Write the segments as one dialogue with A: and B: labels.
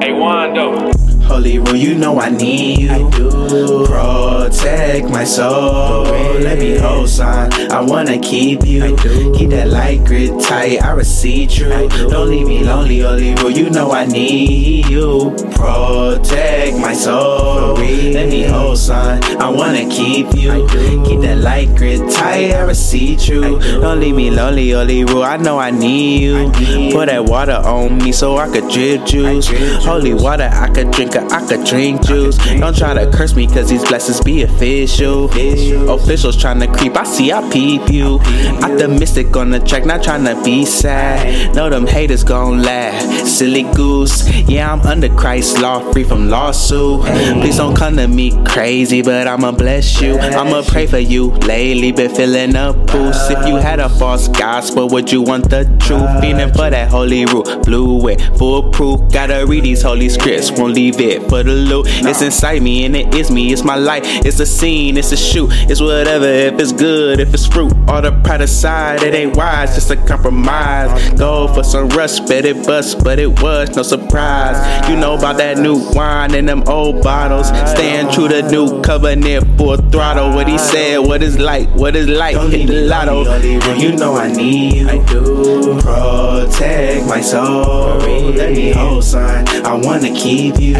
A: Hey, Wando.
B: Holy rule, you know I need you. I do. Protect my soul. Let me hold on. I wanna keep you. Keep that light grid tight. I receive you. Don't leave me lonely, holy rule. You know I need you. Protect my soul. Let me hold on. I wanna keep you. Keep that light grid tight. I receive you. Don't leave me lonely, holy rule. I know I need you. Put that water on me so I could drip juice. Holy water, I could drink it, I could drink juice. Don't try to curse me, cause these blessings be official. Officials trying to creep, I see, I peep you. Optimistic on the track, not trying to be sad. Know them haters gon' laugh. Silly goose, yeah, I'm under Christ's law, free from lawsuit. Please don't come to me crazy, but I'ma bless you. I'ma pray for you lately, been feeling a boost. If you had a false gospel, would you want the truth? Feeling for that holy rule, blue it, foolproof. Gotta read these holy scripts, won't leave it for the loot. It's inside me and it is me, it's my life, it's a scene, it's a shoot, it's whatever. If it's good, if it's fruit, all the pride aside, it ain't wise, just a compromise. Go for some rush, bet it bust, but it was no surprise. You know about that new wine and them old bottles. Stand true to new covenant, full throttle. What he said, what is light, what is light, hit the lotto. You know I need you. I do. Protect my soul. Let me hold, son. I wanna keep you.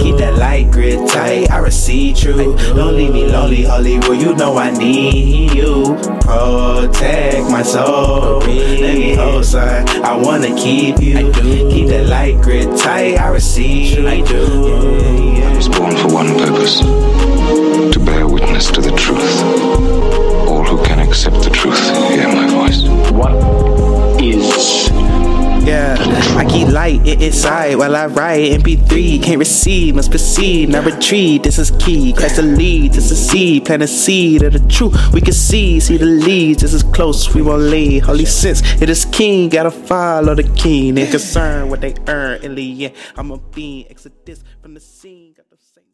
B: Keep that light grid tight. I receive true. Don't leave me lonely, Hollywood. You know I need you. Protect my soul. Let me hold, son. I wanna keep you. Keep that light grid tight. I receive you. I do.
C: I was born for one purpose to bear witness to the truth. All who can accept the truth hear my voice.
D: What is
B: Yeah, I keep light it inside while I write. MP3 can't receive, must proceed, not retreat. This is key. Christ the lead to succeed. Plant a seed of the truth. We can see, see the leads. This is close, we won't lead. Holy sense, it is king. Gotta follow the king. They concern what they earn. Alien, I'm a fiend. Exodus from the scene. Got the same.